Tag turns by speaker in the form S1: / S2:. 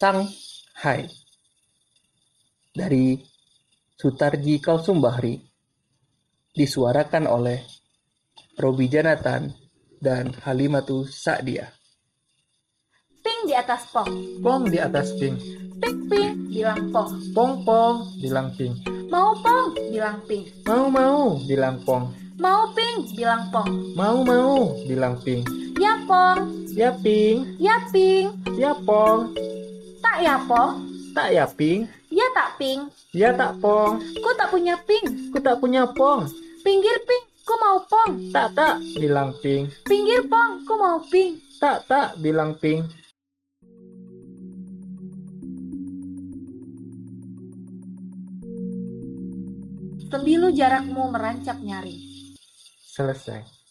S1: Shanghai dari Sutarji Kalsumbahri disuarakan oleh Roby Jonathan dan Halimatu Sa'diah.
S2: Ping di atas pong,
S3: Pong di atas ping,
S2: ping ping bilang pong,
S3: pong pong bilang ping,
S2: mau pong bilang ping,
S3: mau mau bilang pong,
S2: mau ping bilang pong,
S3: mau mau bilang ping,
S2: ya pong,
S3: ya ping,
S2: ya ping,
S3: ya pong,
S2: tak ya pong,
S3: tak ya ping,
S2: ya tak ping,
S3: ya tak pong,
S2: ku tak punya ping,
S3: ku tak punya pong,
S2: pinggir ping, ku mau pong,
S3: tak tak bilang ping,
S2: pinggir pong, ku mau ping.
S3: tak tak bilang ping,
S2: Sembilu jarakmu merancak nyaring.
S3: selesai.